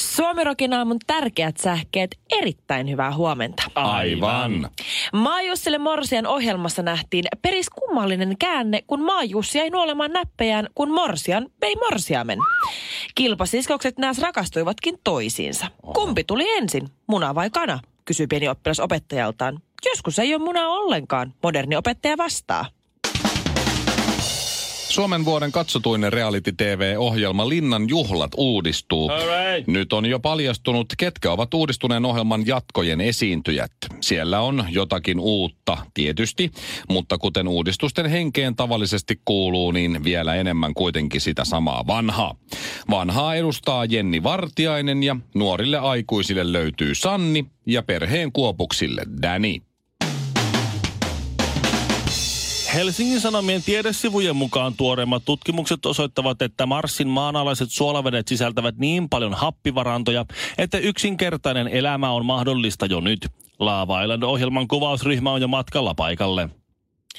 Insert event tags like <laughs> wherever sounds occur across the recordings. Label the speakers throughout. Speaker 1: Suomirokin aamun tärkeät sähkeet, erittäin hyvää huomenta.
Speaker 2: Aivan.
Speaker 1: Maajussille Morsian ohjelmassa nähtiin peris kummallinen käänne, kun Maajussi jäi nuolemaan näppejään, kun Morsian vei Morsiamen. Kilpasiskokset nääs rakastuivatkin toisiinsa. Kumpi tuli ensin, muna vai kana? kysyi pieni oppilas opettajaltaan. Joskus ei ole munaa ollenkaan, moderni opettaja vastaa.
Speaker 2: Suomen vuoden katsotuinen reality-tv-ohjelma Linnan juhlat uudistuu.
Speaker 3: Alright.
Speaker 2: Nyt on jo paljastunut, ketkä ovat uudistuneen ohjelman jatkojen esiintyjät. Siellä on jotakin uutta, tietysti, mutta kuten uudistusten henkeen tavallisesti kuuluu, niin vielä enemmän kuitenkin sitä samaa vanhaa. Vanhaa edustaa Jenni Vartiainen ja nuorille aikuisille löytyy Sanni ja perheen kuopuksille Dani.
Speaker 3: Helsingin Sanomien tiedesivujen mukaan tuoreimmat tutkimukset osoittavat, että Marsin maanalaiset suolavedet sisältävät niin paljon happivarantoja, että yksinkertainen elämä on mahdollista jo nyt. Laava Island-ohjelman kuvausryhmä on jo matkalla paikalle.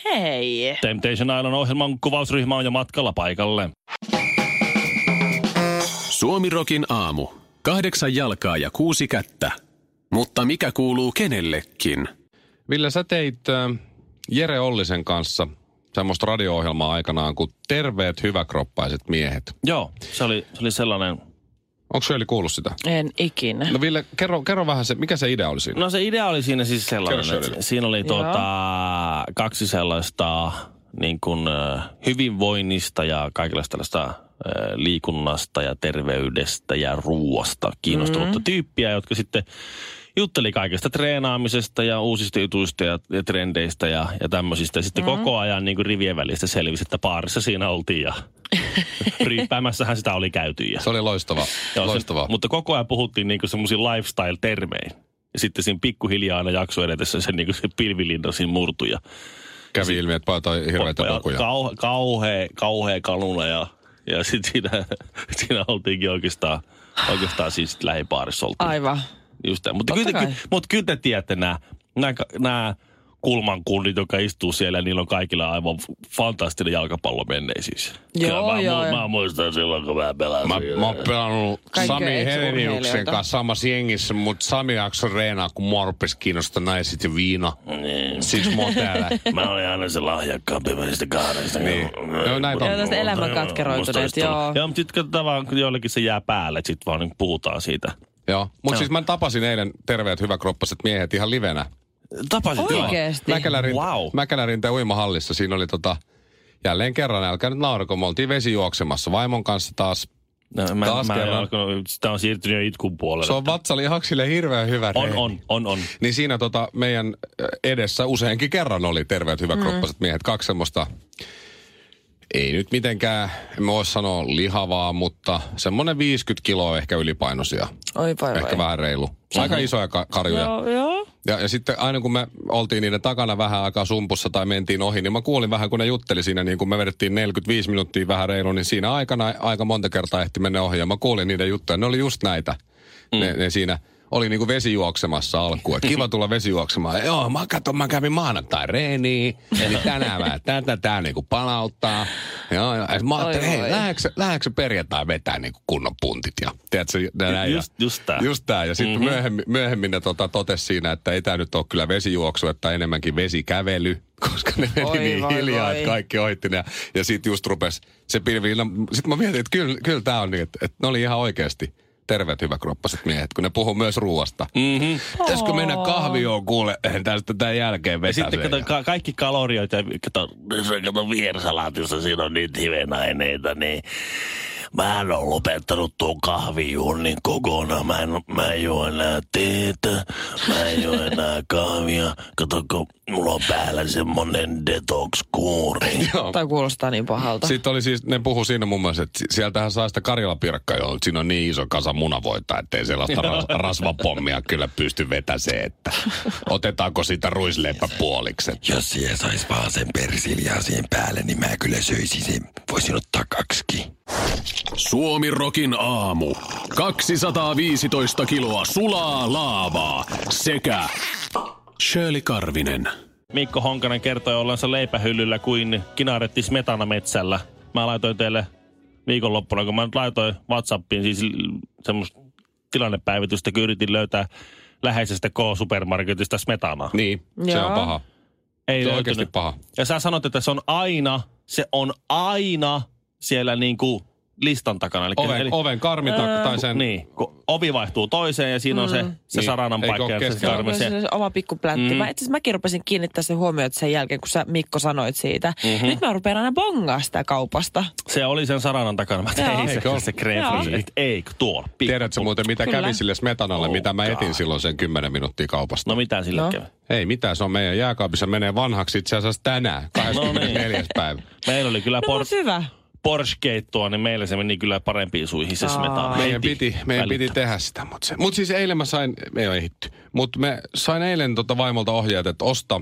Speaker 1: Hei.
Speaker 3: Temptation Island-ohjelman kuvausryhmä on jo matkalla paikalle.
Speaker 4: Suomirokin aamu. Kahdeksan jalkaa ja kuusi kättä. Mutta mikä kuuluu kenellekin?
Speaker 2: Ville, sä teit äh, Jere Ollisen kanssa semmoista radio-ohjelmaa aikanaan kuin Terveet hyväkroppaiset miehet.
Speaker 3: Joo, se oli, se oli sellainen
Speaker 2: Onko Shirley kuullut sitä?
Speaker 1: En ikinä.
Speaker 2: No Ville, kerro, kerro vähän se, mikä se idea oli siinä?
Speaker 3: No se idea oli siinä siis sellainen,
Speaker 2: Kerro
Speaker 3: että
Speaker 2: Shirley.
Speaker 3: siinä oli tuota, kaksi sellaista niin kuin, ö, hyvinvoinnista ja kaikenlaista tällaista ö, liikunnasta ja terveydestä ja ruoasta kiinnostunutta mm. tyyppiä, jotka sitten jutteli kaikesta treenaamisesta ja uusista jutuista ja, ja trendeistä ja, ja tämmöisistä. Ja sitten mm. koko ajan niin kuin rivien välistä selvisi, että paarissa siinä oltiin <laughs> ja ryyppäämässähän sitä oli käyty. Ja
Speaker 2: Se oli loistava.
Speaker 3: Joo, se-
Speaker 2: loistava.
Speaker 3: mutta koko ajan puhuttiin niinku semmoisin lifestyle-termein. Ja sitten siinä pikkuhiljaa aina jakso edetessä se, niinku se pilvilinna siinä murtui. Ja,
Speaker 2: Kävi ilmi, että pojat on hirveitä
Speaker 3: ja
Speaker 2: lukuja.
Speaker 3: Kauhe, kauhea, kauhea kanuna ja, ja sitten siinä, <laughs> siinä oltiinkin oikeastaan, oikeastaan siis lähipaarissa oltiin.
Speaker 1: Aivan.
Speaker 3: Just näin. Mutta,
Speaker 1: Totta
Speaker 3: kyllä,
Speaker 1: kai.
Speaker 3: ky, mutta kyllä te tiedätte nämä, nämä, nämä kulmankunnit, jotka istuu siellä, niin niillä on kaikilla aivan f- fantastinen jalkapallo menneisyys.
Speaker 1: Joo,
Speaker 3: Kyllä mä,
Speaker 1: joo,
Speaker 3: Mä,
Speaker 1: joo.
Speaker 3: mä, muistan silloin, kun mä pelasin.
Speaker 2: Mä, mä oon pelannut
Speaker 1: Kaikki on
Speaker 2: Sami
Speaker 1: ex-urheilijoita.
Speaker 2: Heleniuksen kanssa samassa jengissä, mutta Sami jakso reenaa, kun mua rupesi kiinnostaa naiset ja viina.
Speaker 3: Niin.
Speaker 2: Siksi mä oon
Speaker 3: <laughs>
Speaker 2: täällä.
Speaker 3: Mä olin aina se lahjakkaampi niistä kahdesta.
Speaker 2: Niin. Joo, näitä on.
Speaker 1: Joo, tästä elämänkatkeraisuudet, joo.
Speaker 3: Joo, mutta sitten katsotaan vaan, kun jollekin se jää päälle, sitten vaan niin puhutaan siitä.
Speaker 2: Joo. Mutta siis mä tapasin eilen terveet hyväkroppaset miehet ihan livenä.
Speaker 3: Tapasit
Speaker 1: Joo. Oikeesti?
Speaker 2: Mäkälärin,
Speaker 3: Wow.
Speaker 2: wow. Mäkälärin tai uimahallissa. Siinä oli tota, jälleen kerran, älkää nyt naurako, me oltiin vesijuoksemassa vaimon kanssa taas.
Speaker 3: No, mä,
Speaker 2: Taas
Speaker 3: mä en
Speaker 2: kerran.
Speaker 3: alkanut, sitä on siirtynyt jo itkun puolelle.
Speaker 2: Se on vatsalihaksille hirveän hyvä
Speaker 3: on,
Speaker 2: reeni.
Speaker 3: on, on, on.
Speaker 2: Niin siinä tota, meidän ö, edessä useinkin kerran oli terveet hyväkroppaset mm. miehet. Kaksi semmoista, ei nyt mitenkään, en mä voi sanoa lihavaa, mutta semmoinen 50 kiloa ehkä ylipainoisia.
Speaker 1: Oi vai
Speaker 2: Ehkä
Speaker 1: vai.
Speaker 2: vähän reilu. Aika isoja ka- karjuja.
Speaker 1: Joo, joo.
Speaker 2: Ja, ja sitten aina kun me oltiin niiden takana vähän aikaa sumpussa tai mentiin ohi, niin mä kuulin vähän, kun ne jutteli siinä, niin kun me vedettiin 45 minuuttia vähän reilu, niin siinä aikana aika monta kertaa ehti mennä ohi. Ja mä kuulin niiden juttuja, ne oli just näitä. Mm. Ne, ne siinä oli niinku vesijuoksemassa alkuun. Et Kiva tulla vesijuoksemaan. Joo, mä katson, mä kävin maanantai reeniin, eli tänään vähän tätä, tää niinku palauttaa. Joo, ja sit mä ajattelin,
Speaker 1: Oi,
Speaker 2: hei,
Speaker 1: voi.
Speaker 2: lähdekö, lähdekö perjantai vetää niinku kunnon puntit? Ja, tiedätkö, näin,
Speaker 3: Just-
Speaker 2: ja,
Speaker 3: just tää.
Speaker 2: Just tää. Ja sitten mm-hmm. myöhemmin, myöhemmin ne tota, totesi siinä, että ei tämä nyt ole kyllä vesijuoksu, että enemmänkin vesikävely, <laughs> koska ne meni
Speaker 1: Oi,
Speaker 2: niin
Speaker 1: voi,
Speaker 2: hiljaa,
Speaker 1: voi.
Speaker 2: että kaikki ohitti ne. Ja sitten just rupesi se pilvi. Sitten mä mietin, että kyllä, kyllä tämä on niin, että, että ne oli ihan oikeasti terveet hyväkroppaset miehet, kun ne puhuu myös ruoasta. Mm-hmm. Pitäisikö mennä kahvioon kuule tästä tämän jälkeen vetää
Speaker 3: Ja sitten
Speaker 2: sen
Speaker 3: kato, ka- kaikki kalorioita, ja kato, se on kato vihersalaatissa, siinä on niitä hivenaineita, niin mä en ole lopettanut tuon kahvijuonnin kokonaan. Mä en, mä en juo enää teetä, mä en juo enää kahvia. Katsokaa, mulla on päällä semmonen detox-kuuri.
Speaker 2: Joo.
Speaker 1: Tämä kuulostaa niin pahalta.
Speaker 2: Sitten oli siis, ne puhu siinä muun muassa, että sieltähän saa sitä karjalapirkkaa, jolla siinä on niin iso kasa munavoita,
Speaker 1: <laughs>
Speaker 2: ettei sellaista ras, rasvapommia kyllä pysty vetäseen, että otetaanko siitä ruisleipä puoliksi.
Speaker 5: Jos siihen sais vaan sen persiljaa siihen päälle, niin mä kyllä söisin sen. Voisin ottaa kaksikin.
Speaker 4: Suomi Rokin aamu. 215 kiloa sulaa laavaa sekä Shirley Karvinen.
Speaker 3: Mikko Honkanen kertoi ollensa leipähyllyllä kuin kinaretti smetana metsällä. Mä laitoin teille viikonloppuna, kun mä nyt laitoin Whatsappiin siis l- semmoista tilannepäivitystä, kun yritin löytää läheisestä K-supermarketista smetanaa.
Speaker 2: Niin, se on
Speaker 1: Joo.
Speaker 2: paha.
Speaker 3: Ei
Speaker 2: Se on
Speaker 3: löytynyt.
Speaker 2: oikeasti paha.
Speaker 3: Ja sä sanot, että se on aina, se on aina siellä niinku listan takana. Eli,
Speaker 2: Oven, oven karmita tai sen...
Speaker 3: Niin, kun ovi vaihtuu toiseen ja siinä on se, se
Speaker 2: Niin.
Speaker 3: saranan
Speaker 2: Eikö
Speaker 3: paikka.
Speaker 2: oo
Speaker 3: ja se
Speaker 2: kestävä?
Speaker 1: Mm. Joo,
Speaker 3: karme-
Speaker 1: kyllä
Speaker 3: se-
Speaker 1: se on se oma pikku pläntti. Mm. Mä, itse asiassa mäkin rupesin kiinnittää sen huomioon sen jälkeen, kun sä Mikko sanoit siitä. Mm-hmm. Nyt mä rupean aina bongaa sitä kaupasta. No,
Speaker 3: Se oli sen saranan takana. Mä
Speaker 1: Joo.
Speaker 3: tein
Speaker 2: Eikö oo?
Speaker 3: se, se krempli.
Speaker 2: Joo.
Speaker 3: Et Eikö tuolla? Pikku.
Speaker 2: Tiedätkö muuten, mitä
Speaker 1: Kyllä.
Speaker 2: kävi sille smetanalle, mitä mä
Speaker 3: Olkaa.
Speaker 2: etin silloin sen 10 minuuttia kaupasta?
Speaker 3: No mitä sille
Speaker 1: No.
Speaker 3: no. kävi?
Speaker 2: Ei mitään, se on meidän jääkaapissa. Menee vanhaksi itse asiassa
Speaker 1: niin.
Speaker 2: tänään, 24. päivä.
Speaker 3: Meillä oli kyllä
Speaker 1: No,
Speaker 3: por-
Speaker 1: mut hyvä.
Speaker 3: Porsche-keittoa, niin meillä se meni kyllä parempiin suihin se
Speaker 1: Aa.
Speaker 3: smetana.
Speaker 2: Meidän
Speaker 3: Heti
Speaker 2: piti, meidän
Speaker 3: välittä.
Speaker 2: piti tehdä sitä, mutta se. Mut siis eilen mä sain, ei ole ehditty, mutta me sain eilen tota vaimolta ohjeet, että osta,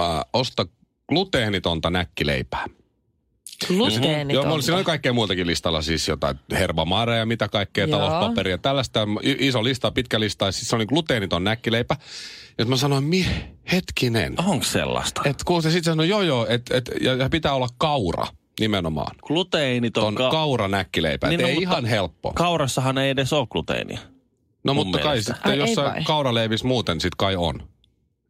Speaker 2: äh, osta gluteenitonta näkkileipää.
Speaker 1: Gluteenitonta.
Speaker 2: Mhm. Joo, mulla oli- siinä oli kaikkea muutakin listalla, siis jotain herbamaareja ja mitä kaikkea,
Speaker 1: Joo.
Speaker 2: talouspaperia, tällaista, i- iso lista, pitkä lista, ja siis se oli gluteeniton näkkileipä. Ja mä sanoin, mi, hetkinen,
Speaker 3: Onks sellaista?
Speaker 1: Oh.
Speaker 2: Et kuulta, sit se sanoi, joo joo, et, et, ja, ja pitää olla kaura nimenomaan.
Speaker 3: Gluteiniton
Speaker 2: Ton
Speaker 3: ka-
Speaker 2: kaura näkkileipä, niin,
Speaker 3: Niin, no,
Speaker 2: ei
Speaker 3: mutta-
Speaker 2: ihan helppo.
Speaker 3: kaurassahan ei edes ole gluteenia.
Speaker 2: no
Speaker 3: mun
Speaker 2: mutta kai
Speaker 3: mielestä.
Speaker 2: sitten
Speaker 1: Ai, ei vai?
Speaker 2: jossain kauraleivissä muuten sit kai on.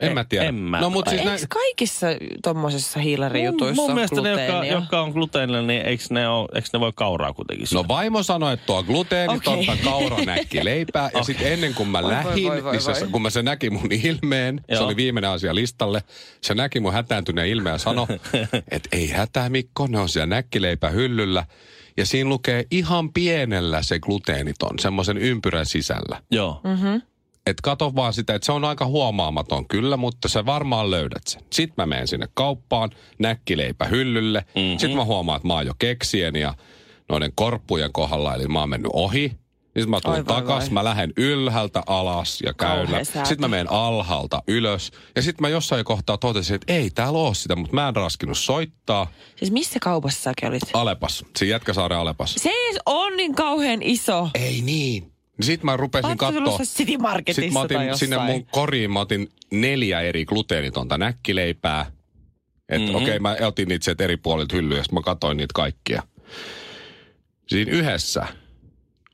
Speaker 2: En
Speaker 3: E-
Speaker 2: mä tiedä.
Speaker 3: en mä-
Speaker 2: no mutta siis näin,
Speaker 1: Eikö kaikissa tommosissa hiilarijutuissa
Speaker 3: mun, mun mielestä
Speaker 1: ole
Speaker 3: ne, jotka,
Speaker 1: gluteenia?
Speaker 3: jotka on gluteenilla, niin eikö ne, ole, eikö ne voi kauraa kuitenkin syödä?
Speaker 2: No vaimo sanoi, että tuo gluteenitonta
Speaker 1: Okei.
Speaker 2: okay. kauranäkkileipää. Ja sitten ennen kuin mä
Speaker 1: Voi, voi,
Speaker 2: lähdin,
Speaker 1: voi, voi,
Speaker 2: niin se,
Speaker 1: voi.
Speaker 2: kun mä se näki mun ilmeen, se
Speaker 3: Joo.
Speaker 2: oli viimeinen asia listalle. Se näki mun hätääntyneen ilmeen ja
Speaker 3: <laughs>
Speaker 2: sanoi, että ei hätää Mikko, ne on siellä näkkileipä hyllyllä. Ja siinä lukee ihan pienellä se gluteeniton, semmoisen ympyrän sisällä.
Speaker 3: Joo.
Speaker 1: Mhm.
Speaker 2: Et kato vaan sitä, että se on aika huomaamaton kyllä, mutta sä varmaan löydät sen. Sitten mä menen sinne kauppaan, näkkileipä hyllylle.
Speaker 1: Mhm.
Speaker 2: Mm-hmm. Sitten mä huomaan, että mä oon jo keksien ja noiden korppujen kohdalla, eli mä oon mennyt ohi. Sitten mä
Speaker 1: Oi
Speaker 2: tuun
Speaker 1: voi
Speaker 2: takas,
Speaker 1: voi.
Speaker 2: mä lähden ylhäältä alas ja
Speaker 1: Kauhea
Speaker 2: käyn.
Speaker 1: säätö.
Speaker 2: Sitten mä menen alhaalta ylös. Ja sitten mä jossain kohtaa totesin, että ei täällä oo sitä, mutta mä en raskinut soittaa.
Speaker 1: Siis missä kaupassa säkin olit?
Speaker 2: Alepas, siinä Jätkäsaaren Alepas.
Speaker 1: Se ei edes on niin kauhean iso.
Speaker 2: Ei niin. Sitten mä rupesin
Speaker 1: Oletko
Speaker 2: katsoa.
Speaker 1: se City Marketissa
Speaker 2: Sitten mä
Speaker 1: tai
Speaker 2: otin
Speaker 1: jossain?
Speaker 2: sinne mun koriin, mä otin neljä eri gluteenitonta näkkileipää. Että mm-hmm. okei, okay, mä otin niitä sieltä eri puolilta hyllyä, ja sit mä katsoin niitä kaikkia. Siinä yhdessä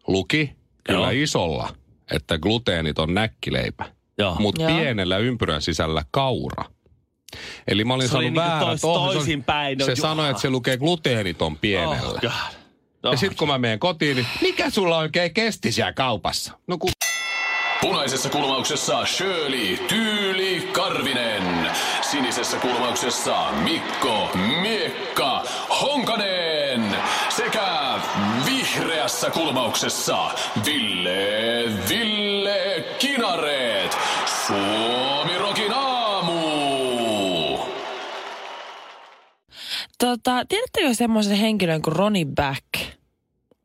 Speaker 2: luki kyllä
Speaker 3: Joo.
Speaker 2: isolla, että gluteeniton näkkileipä,
Speaker 3: Joo.
Speaker 2: mutta
Speaker 1: Joo.
Speaker 2: pienellä ympyrän sisällä kaura. Eli mä olin
Speaker 3: Se oli
Speaker 2: saanut
Speaker 3: niinku
Speaker 2: väärät
Speaker 3: tois-
Speaker 2: ohjeet.
Speaker 3: toisinpäin, no
Speaker 2: Se
Speaker 3: juu.
Speaker 2: sanoi, että se lukee gluteeniton pienellä.
Speaker 3: Oh, God.
Speaker 2: ja sitten kun mä menen kotiin, niin mikä sulla oikein kesti siellä kaupassa? No kun
Speaker 4: Punaisessa kulmauksessa Shirley Tyyli Karvinen. Sinisessä kulmauksessa Mikko Miekka Honkanen. Sekä vihreässä kulmauksessa Ville Ville Kinareet. Suomi Rokin aamu.
Speaker 1: Tota, tiedättekö semmoisen henkilön kuin Ronnie Back?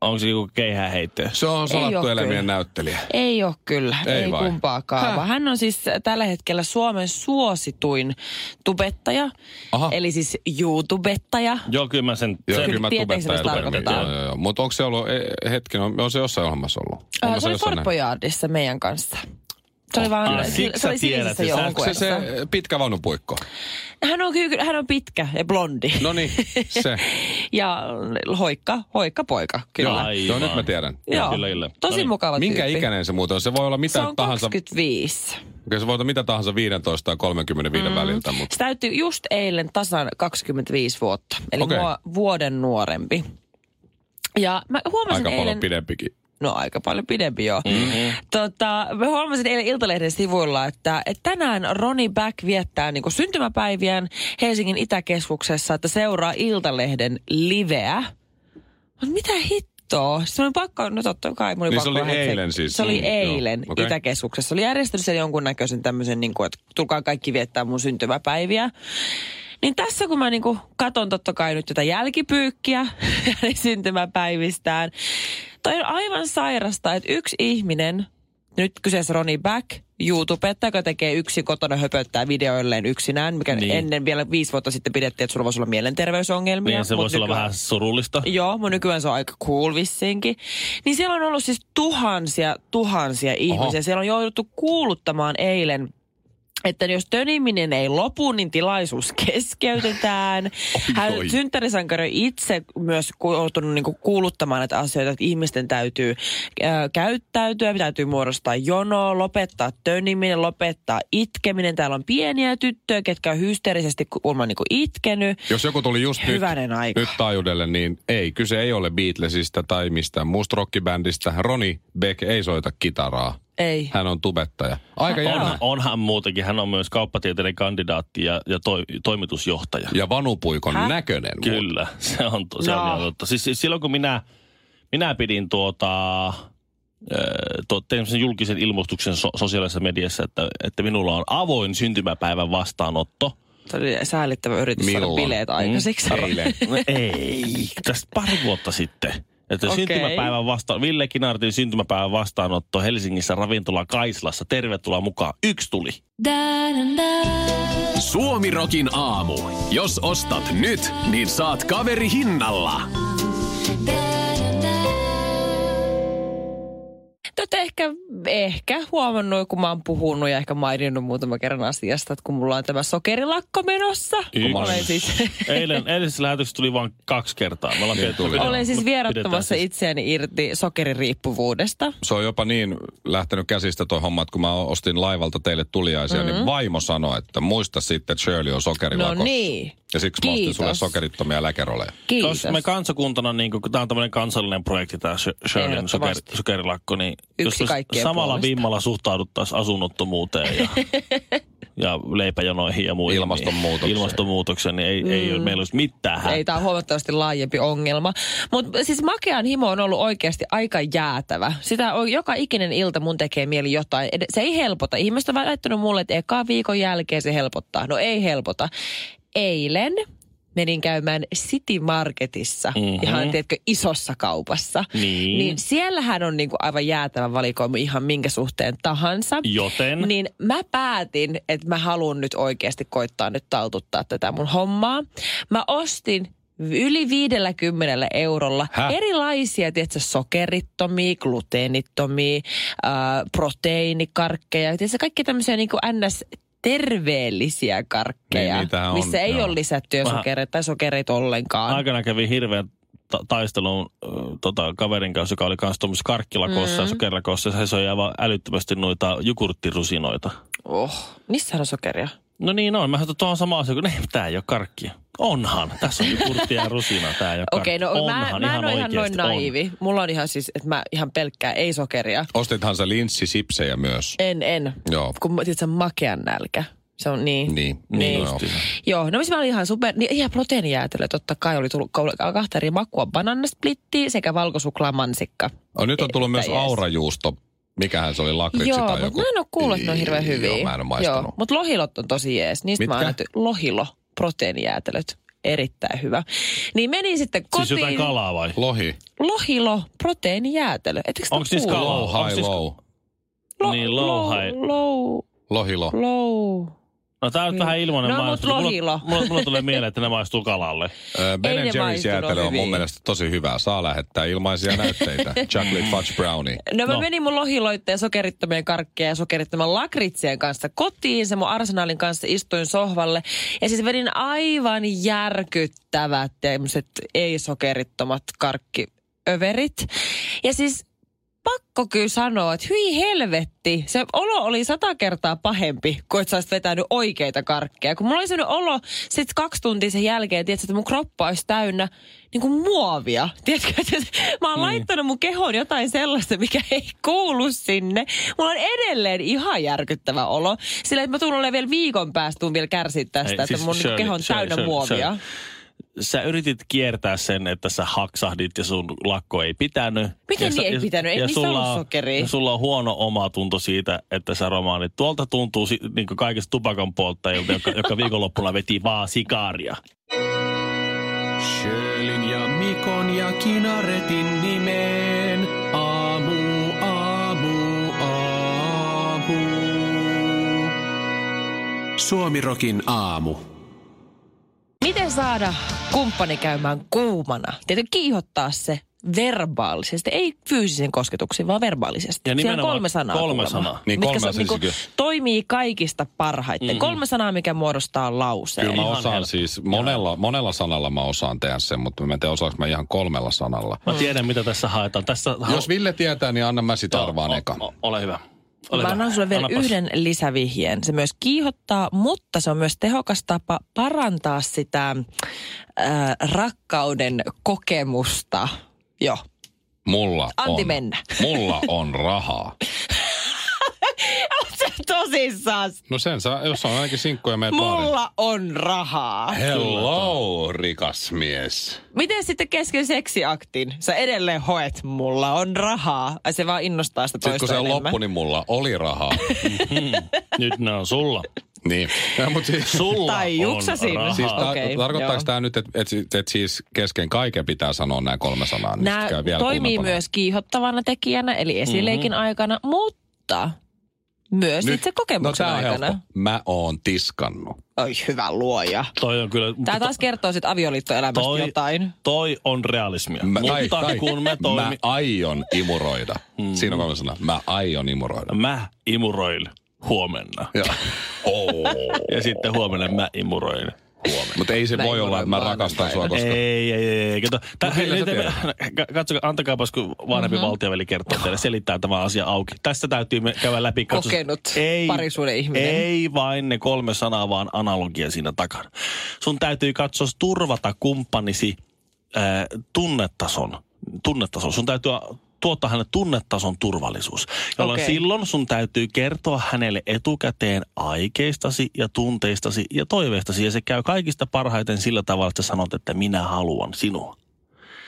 Speaker 3: Onko se joku keihäänheittäjä?
Speaker 2: se on salattu
Speaker 1: oo kyllä.
Speaker 2: elämien näyttelijä.
Speaker 1: Ei ole kyllä, ei,
Speaker 2: Ei
Speaker 1: ei
Speaker 2: vai?
Speaker 1: kumpaakaan.
Speaker 2: Häh?
Speaker 1: Häh? Hän on siis tällä hetkellä Suomen suosituin tubettaja,
Speaker 2: Aha.
Speaker 1: Aha. eli siis YouTubettaja.
Speaker 3: Joo, kyllä mä sen...
Speaker 2: Joo,
Speaker 3: sen
Speaker 2: kyllä mä
Speaker 1: tietenkin se
Speaker 2: tubettaja
Speaker 1: tarkoitetaan.
Speaker 2: Joo, joo, joo. Mutta onko se ollut, e, hetken, on, on se jossain ohjelmassa ollut?
Speaker 1: Ää,
Speaker 2: Onko
Speaker 1: Se oli
Speaker 2: jossain nähnyt?
Speaker 1: Korpojardissa meidän kanssa. Se oli vaan,
Speaker 3: Ai,
Speaker 1: se-
Speaker 3: siksi
Speaker 1: se oli
Speaker 3: sä tiedät
Speaker 1: sinisissä
Speaker 3: sen.
Speaker 1: jonkun
Speaker 2: Onko se se
Speaker 1: kanssa.
Speaker 2: pitkä vaunupuikko?
Speaker 1: Hän on, kyllä, hän on pitkä ja blondi.
Speaker 2: No niin, se.
Speaker 1: <laughs> Ja hoikka, hoikka poika,
Speaker 2: joo,
Speaker 1: kyllä.
Speaker 3: Aivan.
Speaker 2: joo, No, nyt mä tiedän.
Speaker 1: Joo,
Speaker 3: kyllä, kyllä. No
Speaker 1: tosi
Speaker 3: niin.
Speaker 1: mukava
Speaker 2: Minkä
Speaker 1: tyyppi.
Speaker 2: ikäinen se muuten on? Se voi olla mitä
Speaker 1: Se on
Speaker 2: tahansa.
Speaker 1: 25.
Speaker 2: Okei, se voi olla mitä tahansa 15 tai 35 mm. väliltä, mutta
Speaker 1: Se täytyy just eilen tasan 25 vuotta, eli
Speaker 2: Okei.
Speaker 1: okay. mua vuoden nuorempi. Ja mä huomasin
Speaker 2: aika
Speaker 1: eilen...
Speaker 2: paljon pidempikin.
Speaker 1: No aika paljon pidempi joo. Mm-hmm. Tota, mä huomasin eilen Iltalehden sivuilla, että, että tänään Roni Back viettää niin syntymäpäiviään Helsingin Itäkeskuksessa, että seuraa Iltalehden liveä. Mut mitä hittoa? katsoa. Sitten oli pakko, no totta kai, mulla oli
Speaker 2: Niin se
Speaker 1: pakko
Speaker 2: oli
Speaker 1: lähteä-
Speaker 2: eilen siis?
Speaker 1: Se oli
Speaker 2: Mm, joo,
Speaker 1: eilen
Speaker 2: okei.
Speaker 1: Itäkeskuksessa. Se oli järjestänyt sen jonkunnäköisen tämmöisen, niin kuin, että tulkaa kaikki viettää mun syntymäpäiviä. Niin tässä kun mä niin kuin, katon totta kai nyt tätä jälkipyykkiä <laughs> hänen syntymäpäivistään. Toi on aivan sairasta, että yksi ihminen, nyt kyseessä Ronnie Back, YouTubeetta, joka tekee yksi kotona höpöttää videoilleen yksinään, mikä
Speaker 3: Niin.
Speaker 1: niin. ennen vielä viisi vuotta sitten pidettiin, että sulla voisi olla mielenterveysongelmia.
Speaker 3: Niin se
Speaker 1: mut
Speaker 3: voisi olla
Speaker 1: nykyään-
Speaker 3: vähän surullista.
Speaker 1: Joo, mun nykyään se on aika cool vissiinkin. Niin siellä on ollut siis tuhansia, tuhansia ihmisiä.
Speaker 2: Oho.
Speaker 1: Siellä on jouduttu kuuluttamaan eilen että jos töniminen ei lopu, niin tilaisuus keskeytetään. Hän
Speaker 2: oi.
Speaker 1: synttärisankari on itse myös ku- joutunut niinku kuuluttamaan näitä asioita, että ihmisten täytyy äh, käyttäytyä, täytyy muodostaa jono, lopettaa töniminen, lopettaa itkeminen. Täällä on pieniä tyttöjä, ketkä on hysteerisesti kuulemma niinku itkenyt.
Speaker 2: Jos joku tuli just nyt,
Speaker 1: Hyvänen aika.
Speaker 2: nyt taajuudelle, niin ei, kyse ei ole Beatlesista tai mistään muusta rockibändistä. Roni Beck ei soita kitaraa.
Speaker 1: Ei.
Speaker 2: Hän on tubettaja. Aika jännä.
Speaker 3: Onhan, onhän muutenkin. Hän on myös kauppatieteiden kandidaatti ja, ja toi, toimitusjohtaja.
Speaker 2: Ja vanupuikon
Speaker 1: Häh?
Speaker 2: näköinen.
Speaker 3: Kyllä, <laughs> se on, to- se on
Speaker 1: No.
Speaker 3: ihan totta. Siis, siis silloin kun minä, minä pidin tuota, ö, tuo, tein sen julkisen ilmoituksen so, sosiaalisessa mediassa, että, että minulla on avoin syntymäpäivän vastaanotto.
Speaker 1: Se oli säälittävä yritys saada
Speaker 2: Milloin?
Speaker 1: bileet aikaiseksi. <laughs>
Speaker 2: Mm, eilen.
Speaker 3: No ei, tästä pari vuotta sitten. Että
Speaker 1: Okei.
Speaker 3: okay. syntymäpäivän vasta, Ville Kinartin syntymäpäivän vastaanotto Helsingissä ravintola Kaislassa. Tervetuloa mukaan.
Speaker 1: <laughs>
Speaker 3: Yksi tuli.
Speaker 4: Suomirokin aamu. Jos ostat nyt, niin saat kaveri hinnalla.
Speaker 1: Te olette ehkä, ehkä huomannut, kun mä oon puhunut ja ehkä maininnut muutama kerran asiasta, että kun mulla on tämä sokerilakko menossa.
Speaker 2: Yksi.
Speaker 1: Olen siis,
Speaker 3: Eilen, eilisessä lähetyksessä tuli vain kaksi kertaa. Me ollaan pidetty-
Speaker 1: <laughs>
Speaker 2: tuli.
Speaker 1: olen siis
Speaker 3: me pidetään
Speaker 1: vierottamassa
Speaker 3: siis-
Speaker 1: itseäni irti sokeririippuvuudesta.
Speaker 2: se on jopa niin lähtenyt käsistä toi homma, että kun mä ostin laivalta teille tuliaisia, mm-hmm. niin vaimo sanoi, että muista sitten, että Shirley on sokerilakossa.
Speaker 1: No niin.
Speaker 2: Ja siksi Kiitos. mä ostin
Speaker 1: Kiitos.
Speaker 2: sulle sokerittomia läkeroleja.
Speaker 1: Kiitos.
Speaker 3: Jos me kansakuntana, niin kun, tämä on tämmöinen kansallinen projekti, tämä Shirleyn soker,
Speaker 1: Ehdottomasti.
Speaker 3: sokerilakko, niin
Speaker 1: Yksi
Speaker 3: jos me
Speaker 1: kaikkien
Speaker 3: samalla
Speaker 1: puolesta.
Speaker 3: vimmalla suhtauduttaisiin asunnottomuuteen ja,
Speaker 1: <laughs>
Speaker 3: ja leipäjonoihin ja muihin.
Speaker 2: Ilmastonmuutokseen.
Speaker 3: Niin, ilmastonmuutokseen, niin ei, mm. ei ole, meillä olisi mitään hätää.
Speaker 1: Ei, tämä on huomattavasti laajempi ongelma. Mutta siis makean himo on ollut oikeasti aika jäätävä. Sitä on, joka ikinen ilta mun tekee mieli jotain. Ed- Se ei helpota. Ihmiset on väittänyt mulle, että eka viikon jälkeen se helpottaa. No ei helpota. Eilen menin käymään City Marketissa,
Speaker 3: Mhm.
Speaker 1: mm-hmm. ihan tiedätkö, isossa kaupassa.
Speaker 3: Niin.
Speaker 1: niin siellähän on niinku aivan jäätävä valikoima ihan minkä suhteen tahansa.
Speaker 3: Joten?
Speaker 1: Niin mä päätin, että mä haluan nyt oikeasti koittaa nyt taltuttaa tätä mun hommaa. Mä ostin yli 50 eurolla
Speaker 2: Häh?
Speaker 1: erilaisia, tiedätkö, sokerittomia, gluteenittomia, äh, proteiinikarkkeja, tiedätkö, kaikki tämmöisiä niin ns terveellisiä karkkeja,
Speaker 2: Niin, niitähän on,
Speaker 1: missä ei
Speaker 2: joo.
Speaker 1: ole lisättyjä
Speaker 3: Vähän-
Speaker 1: sokereita tai sokerit ollenkaan.
Speaker 3: Aikana kävi hirveän ta- taistelun äh, tota, kaverin kanssa, joka oli kanssa tuommoisessa karkkilakossa mm. ja sokerilakossa. ja Se soi aivan älyttömästi noita jukurttirusinoita.
Speaker 1: Oh. Missä on sokeria?
Speaker 3: No niin on. Mä sanoin, että tuo on sama asia kuin, tämä ei ole karkkia. Onhan. Tässä on jukurttia ja rusina. Tämä ei ole
Speaker 1: Okei,
Speaker 3: karkkia.
Speaker 1: no mä,
Speaker 3: Onhan,
Speaker 1: mä en ole ihan
Speaker 3: oikeasti
Speaker 1: noin
Speaker 3: on.
Speaker 1: naivi. Mulla on ihan siis, että mä ihan pelkkää ei-sokeria.
Speaker 2: Ostithan sä linssisipsejä myös.
Speaker 1: En, en.
Speaker 2: Joo.
Speaker 1: Kun mä- tiedät sä makean nälkä. Se on niin.
Speaker 2: Niin.
Speaker 3: Niin
Speaker 2: Joo.
Speaker 3: justiin.
Speaker 1: Joo, no missä mä olin ihan super, niin ihan proteiinijäätelö totta kai oli tullut kaul- kahta eri makua, bananasplitti sekä valkosuklaamansikka.
Speaker 2: Oh, nyt on tullut myös
Speaker 1: Että jees.
Speaker 2: aurajuusto. Mikähän se oli, lakritsi
Speaker 1: Joo,
Speaker 2: tai
Speaker 1: mutta
Speaker 2: joku?
Speaker 1: mä en ole kuullut, että ne on hirveän hyviä.
Speaker 2: Joo, mä en ole maistanut.
Speaker 1: Joo, mutta lohilot on tosi jees. Niistä mä
Speaker 2: Mitkä?
Speaker 1: oon aina ty- lohilo, proteiinijäätelöt. Erittäin hyvä. Niin menin sitten kotiin.
Speaker 3: Siis jotain kalaa vai?
Speaker 2: Lohi.
Speaker 1: Lohilo, proteiinijäätelö. Ettekö
Speaker 3: Onks niissä
Speaker 1: kuullut?
Speaker 3: kalaa?
Speaker 2: Low,
Speaker 3: Onko
Speaker 2: high,
Speaker 3: siis-
Speaker 2: low.
Speaker 3: Niin, low, high.
Speaker 1: Low,
Speaker 2: Lohilo.
Speaker 1: low.
Speaker 3: No tää on nyt vähän ilmanen
Speaker 1: No,
Speaker 3: mainos,
Speaker 1: mut
Speaker 3: mutta
Speaker 1: lohilo.
Speaker 3: Mulla, mulla, mulla tulee mieleen, että ne maistuu kalalle.
Speaker 2: Ö, Ben
Speaker 1: Ei ne
Speaker 2: Jerry's
Speaker 1: maistunut
Speaker 2: jäätelö on mun
Speaker 1: hyvin.
Speaker 2: mielestä tosi hyvää. Saa lähettää
Speaker 1: <laughs>
Speaker 2: ilmaisia näytteitä. Chocolate fudge brownie.
Speaker 1: No mä
Speaker 3: No.
Speaker 1: no. menin mun lohiloitteen ja sokerittomien karkkeja ja sokerittoman lakritsien kanssa kotiin. Se mun arsenaalin kanssa istuin sohvalle. Ja siis vedin aivan järkyttävät tämmöiset ei-sokerittomat karkkiöverit. Ja siis pakko kyllä sanoa, että hyi helvetti. Se olo oli sata kertaa pahempi, kun et sä olisit vetänyt oikeita karkkeja. Kun mulla oli sellainen olo sit kaksi tuntia sen jälkeen, tiedätkö, että mun kroppa olisi täynnä niin kuin muovia. Tiedätkö, että mä
Speaker 3: Niin.
Speaker 1: oon laittanut mun kehoon jotain sellaista, mikä <laughs> ei kuulu sinne. Mulla on edelleen ihan järkyttävä olo. Sillä että mä tulen olemaan vielä viikon päästä, tuun vielä kärsiä tästä,
Speaker 3: Ei,
Speaker 1: että
Speaker 3: siis
Speaker 1: mun
Speaker 3: Shirley,
Speaker 1: keho on
Speaker 3: Shirley,
Speaker 1: täynnä
Speaker 3: Shirley,
Speaker 1: muovia.
Speaker 3: Shirley. sä yritit kiertää sen, että sä haksahdit ja sun lakko ei pitänyt.
Speaker 1: Miten
Speaker 3: ja
Speaker 1: niin
Speaker 3: sä-
Speaker 1: ei
Speaker 3: ja-
Speaker 1: pitänyt? Ei
Speaker 3: ja
Speaker 1: niissä
Speaker 3: sulla
Speaker 1: ollut
Speaker 3: on-
Speaker 1: sokeria.
Speaker 3: Ja sulla on huono omatunto siitä, että sä romaanit. Tuolta tuntuu si- niin kaikista tupakan polttajilta, joka, joka viikonloppuna veti vaan sikaaria.
Speaker 4: Sjölin ja Mikon ja Kinaretin nimeen. Aamu, aamu, aamu. Suomirokin aamu.
Speaker 1: Miten saada kumppani käymään kuumana? Tietenkin kiihottaa se verbaalisesti, ei fyysisen kosketuksen, vaan verbaalisesti.
Speaker 3: Ja
Speaker 1: Siinä on
Speaker 3: nimenomaan
Speaker 1: kolme sanaa.
Speaker 3: kolme
Speaker 1: kuulemma,
Speaker 3: sanaa.
Speaker 2: Niin,
Speaker 1: mitkä
Speaker 2: kolme
Speaker 1: se-
Speaker 2: asiaa
Speaker 1: niinku
Speaker 2: kyllä.
Speaker 1: Toimii kaikista parhaiten. Mm-hmm. Kolme sanaa, mikä muodostaa lauseen.
Speaker 2: Kyllä mä
Speaker 3: Ihan
Speaker 2: osaan
Speaker 3: helppo.
Speaker 2: siis, monella, monella sanalla mä osaan tehdä sen, mutta mä en tiedä osaanko mä ihan kolmella sanalla.
Speaker 3: Mä tiedän, mitä tässä haetaan. Tässä
Speaker 2: Jos Ville tietää, niin anna mä sit arvaan eka.
Speaker 3: O- ole hyvä. Ole
Speaker 1: Mä
Speaker 3: hyvä.
Speaker 1: annan sulle vielä
Speaker 3: Annapas.
Speaker 1: yhden lisävihjeen. Se myös kiihottaa, mutta se on myös tehokas tapa parantaa sitä ää, rakkauden kokemusta. Joo. <laughs>
Speaker 2: Mulla
Speaker 1: Antti
Speaker 2: on,
Speaker 1: mennä.
Speaker 2: <laughs> Mulla on rahaa.
Speaker 1: Se tosissaan.
Speaker 2: No sen saa, jos on ainakin sinkkuja meidän baariin.
Speaker 1: Mulla on rahaa.
Speaker 2: Hello, rikas mies.
Speaker 1: Miten sitten kesken seksiaktin? Sä edelleen hoet, mulla on rahaa. Ai se vaan innostaa sitä toista
Speaker 2: Sitten kun se on
Speaker 1: enemmän.
Speaker 2: loppu, niin mulla oli rahaa.
Speaker 3: Nyt ne on sulla.
Speaker 2: <laughs> niin. Ja, mut siis,
Speaker 3: Sulla
Speaker 1: Tai juksasin.
Speaker 3: on rahaa.
Speaker 2: siis ta-
Speaker 1: Okei,
Speaker 2: tarkoittaako
Speaker 1: joo.
Speaker 2: tämä nyt, että et, et, et siis kesken kaiken pitää sanoa nämä kolme sanaa? niin
Speaker 1: Nämä
Speaker 2: sit käy vielä
Speaker 1: toimii
Speaker 2: kuumempana.
Speaker 1: myös kiihottavana tekijänä, eli esileikin mm-hmm. aikana, mutta myös Nyt. itse kokemuksen
Speaker 2: no, tää on
Speaker 1: aikana.
Speaker 2: Helppo. Mä oon tiskannut.
Speaker 1: Oi hyvä luoja.
Speaker 3: Toi on kyllä...
Speaker 1: Tämä taas kertoo sit avioliittoelämästä
Speaker 3: toi,
Speaker 1: jotain.
Speaker 3: Toi on realismia. Mä, Mutta kun mä
Speaker 2: mä
Speaker 3: toimin...
Speaker 2: aion imuroida. Mm. Siinä on kolme sanaa. Mä aion imuroida.
Speaker 3: Mä, mä imuroin huomenna.
Speaker 2: <laughs> Joo. oh.
Speaker 3: Ja sitten huomenna mä imuroin.
Speaker 2: Mutta ei se
Speaker 1: Mä
Speaker 2: voi olla, että mä
Speaker 1: imuroin
Speaker 2: rakastan sua, koska...
Speaker 3: Ei, ei, ei. Kato, tä,
Speaker 2: No kyllä sä
Speaker 3: nyt- katsokaa, antakaapas, kun vanhempi mm-hmm. valtioveli kertoo teille, selittää tämä asia auki. Tässä täytyy me käydä läpi. katso-
Speaker 1: Kokenut parisuuden ihminen.
Speaker 3: Ei vain ne kolme sanaa, vaan analogia siinä takana. Sun täytyy katsoa turvata kumppanisi äh, tunnetason. tunnetason. Sun täytyy tuottaa hänelle tunnetason turvallisuus, jolloin
Speaker 1: Okei.
Speaker 3: okay. silloin sun täytyy kertoa hänelle etukäteen aikeistasi ja tunteistasi ja toiveistasi. Ja se käy kaikista parhaiten sillä tavalla, että sä sanot, että minä haluan sinua.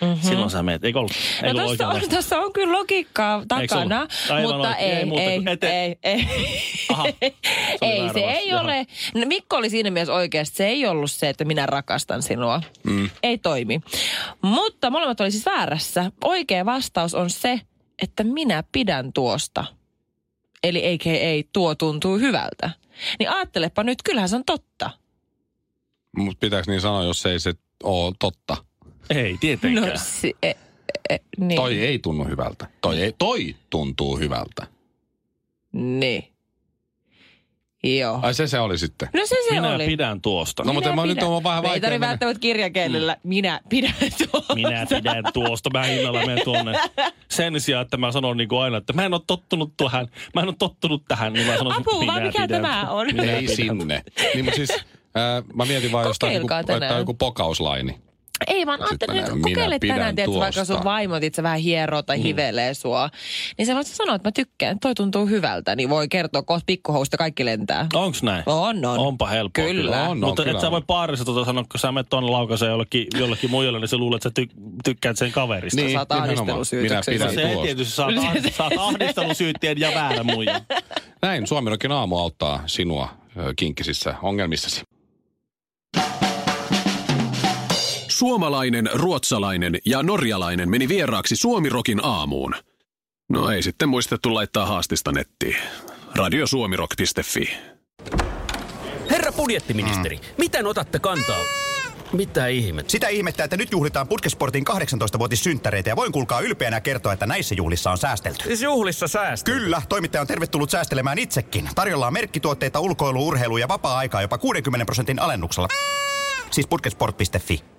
Speaker 3: Mm-hmm. Silloin sä meet. Eikö ollut? Eikö
Speaker 1: Mhm. No
Speaker 3: ollut
Speaker 1: tossa
Speaker 3: oikea
Speaker 1: on,
Speaker 3: vastaus?
Speaker 1: tossa on kyllä logiikkaa takana,
Speaker 3: ollut? Aivan
Speaker 1: mutta
Speaker 3: oikein, ei
Speaker 1: ei,
Speaker 3: muuta
Speaker 1: ei,
Speaker 3: kuin
Speaker 1: ei,
Speaker 3: eteen.
Speaker 1: ei, ei,
Speaker 3: Aha, se oli
Speaker 1: ei
Speaker 3: väärä
Speaker 1: se
Speaker 3: vastaus.
Speaker 1: ei
Speaker 3: Jaha.
Speaker 1: ole. No Mikko oli siinä mielessä oikeasti, se ei ollut se, että minä rakastan sinua. Mm. Ei toimi. Mutta molemmat oli siis väärässä. Oikea vastaus on se, että minä pidän tuosta. Eli eikä ei, tuo tuntuu hyvältä. Niin ajattelepa nyt, kyllähän se on totta.
Speaker 2: Mutta pitääkö niin sanoa, jos ei se ole totta?
Speaker 3: Ei,
Speaker 1: No,
Speaker 3: tietenkään.
Speaker 1: si- e, e, niin.
Speaker 2: Toi ei tunnu hyvältä. Toi, ei, toi tuntuu hyvältä.
Speaker 1: Niin. Joo.
Speaker 2: Ai se se oli sitten.
Speaker 1: No se se
Speaker 3: Minä
Speaker 1: oli.
Speaker 3: pidän tuosta.
Speaker 2: No, mutta
Speaker 1: Minä
Speaker 2: mä nyt
Speaker 1: pidän.
Speaker 2: on vähän
Speaker 1: Me Ei
Speaker 2: vaikea
Speaker 1: tarvitse
Speaker 2: mennä. Mm.
Speaker 1: välttämättä kirjakielellä. Minä pidän tuosta.
Speaker 3: Minä pidän tuosta. Mä illalla menen tuonne. Sen sijaan, että mä sanon niin kuin aina, että mä en ole tottunut tähän. Mä en ole tottunut tähän, niin mä sanon,
Speaker 1: Apua,
Speaker 3: minä
Speaker 1: mikä
Speaker 3: pidän.
Speaker 1: tämä on?
Speaker 3: Minä
Speaker 2: ei
Speaker 3: pidän.
Speaker 2: sinne. Niin, mutta siis, ää, mä mietin vaan jostain, joku,
Speaker 1: Kokeilkaa
Speaker 2: että on
Speaker 1: tänään.
Speaker 2: joku pokauslaini.
Speaker 1: Ei vaan ajattelin,
Speaker 2: Sitten
Speaker 1: että
Speaker 2: minä-
Speaker 1: kokeile
Speaker 2: minä pidän
Speaker 1: tänään, tiedät, vaikka
Speaker 2: tuosta. Mm.
Speaker 1: sun vaimot itse vähän hieroo tai hivelee sua. Niin sä voit sanoa, että mä tykkään, toi tuntuu hyvältä. Niin voi kertoa, kohta pikkuhousta kaikki lentää.
Speaker 3: Onks näin?
Speaker 1: On, on.
Speaker 3: Onpa helppoa.
Speaker 1: Kyllä.
Speaker 2: On, on,
Speaker 3: Mutta
Speaker 2: kyllä
Speaker 3: et sä
Speaker 2: on.
Speaker 3: voi paarissa tuota sanoa, kun sä menet tuonne laukaseen jollekin, jollekin muijalle, niin sä luulet, että sä ty- tykkäät sen kaverista.
Speaker 2: Niin,
Speaker 1: saat
Speaker 2: nimenomaan.
Speaker 1: ahdistelusyytöksen.
Speaker 2: Minä
Speaker 3: No se
Speaker 2: pidän
Speaker 3: ei
Speaker 2: tuosta.
Speaker 1: <laughs>
Speaker 3: tietysti, sä oot ahd- sä oot ahdistelusyytteen ja väärä muija.
Speaker 2: Näin Suomirokin aamu auttaa sinua ö, kinkkisissä ongelmissasi.
Speaker 4: Suomalainen, ruotsalainen ja norjalainen meni vieraaksi Suomirokin aamuun. No ei sitten muistettu laittaa haastista nettiin. Radiosuomirok.fi.
Speaker 6: Herra
Speaker 7: Mm.
Speaker 6: budjettiministeri, miten otatte kantaa? Mitä ihmettä?
Speaker 8: Sitä ihmettä, että nyt juhlitaan Putkesportin 18-vuotissynttäreitä ja voin kuulkaa ylpeänä kertoa, että näissä juhlissa on säästelty.
Speaker 6: Siis juhlissa säästö.
Speaker 8: Kyllä, toimittaja on tervetullut säästelemään itsekin. Tarjolla on merkkituotteita, ulkoilu, urheilu ja vapaa-aikaa jopa 60 prosentin alennuksella. Siis putkesport.fi.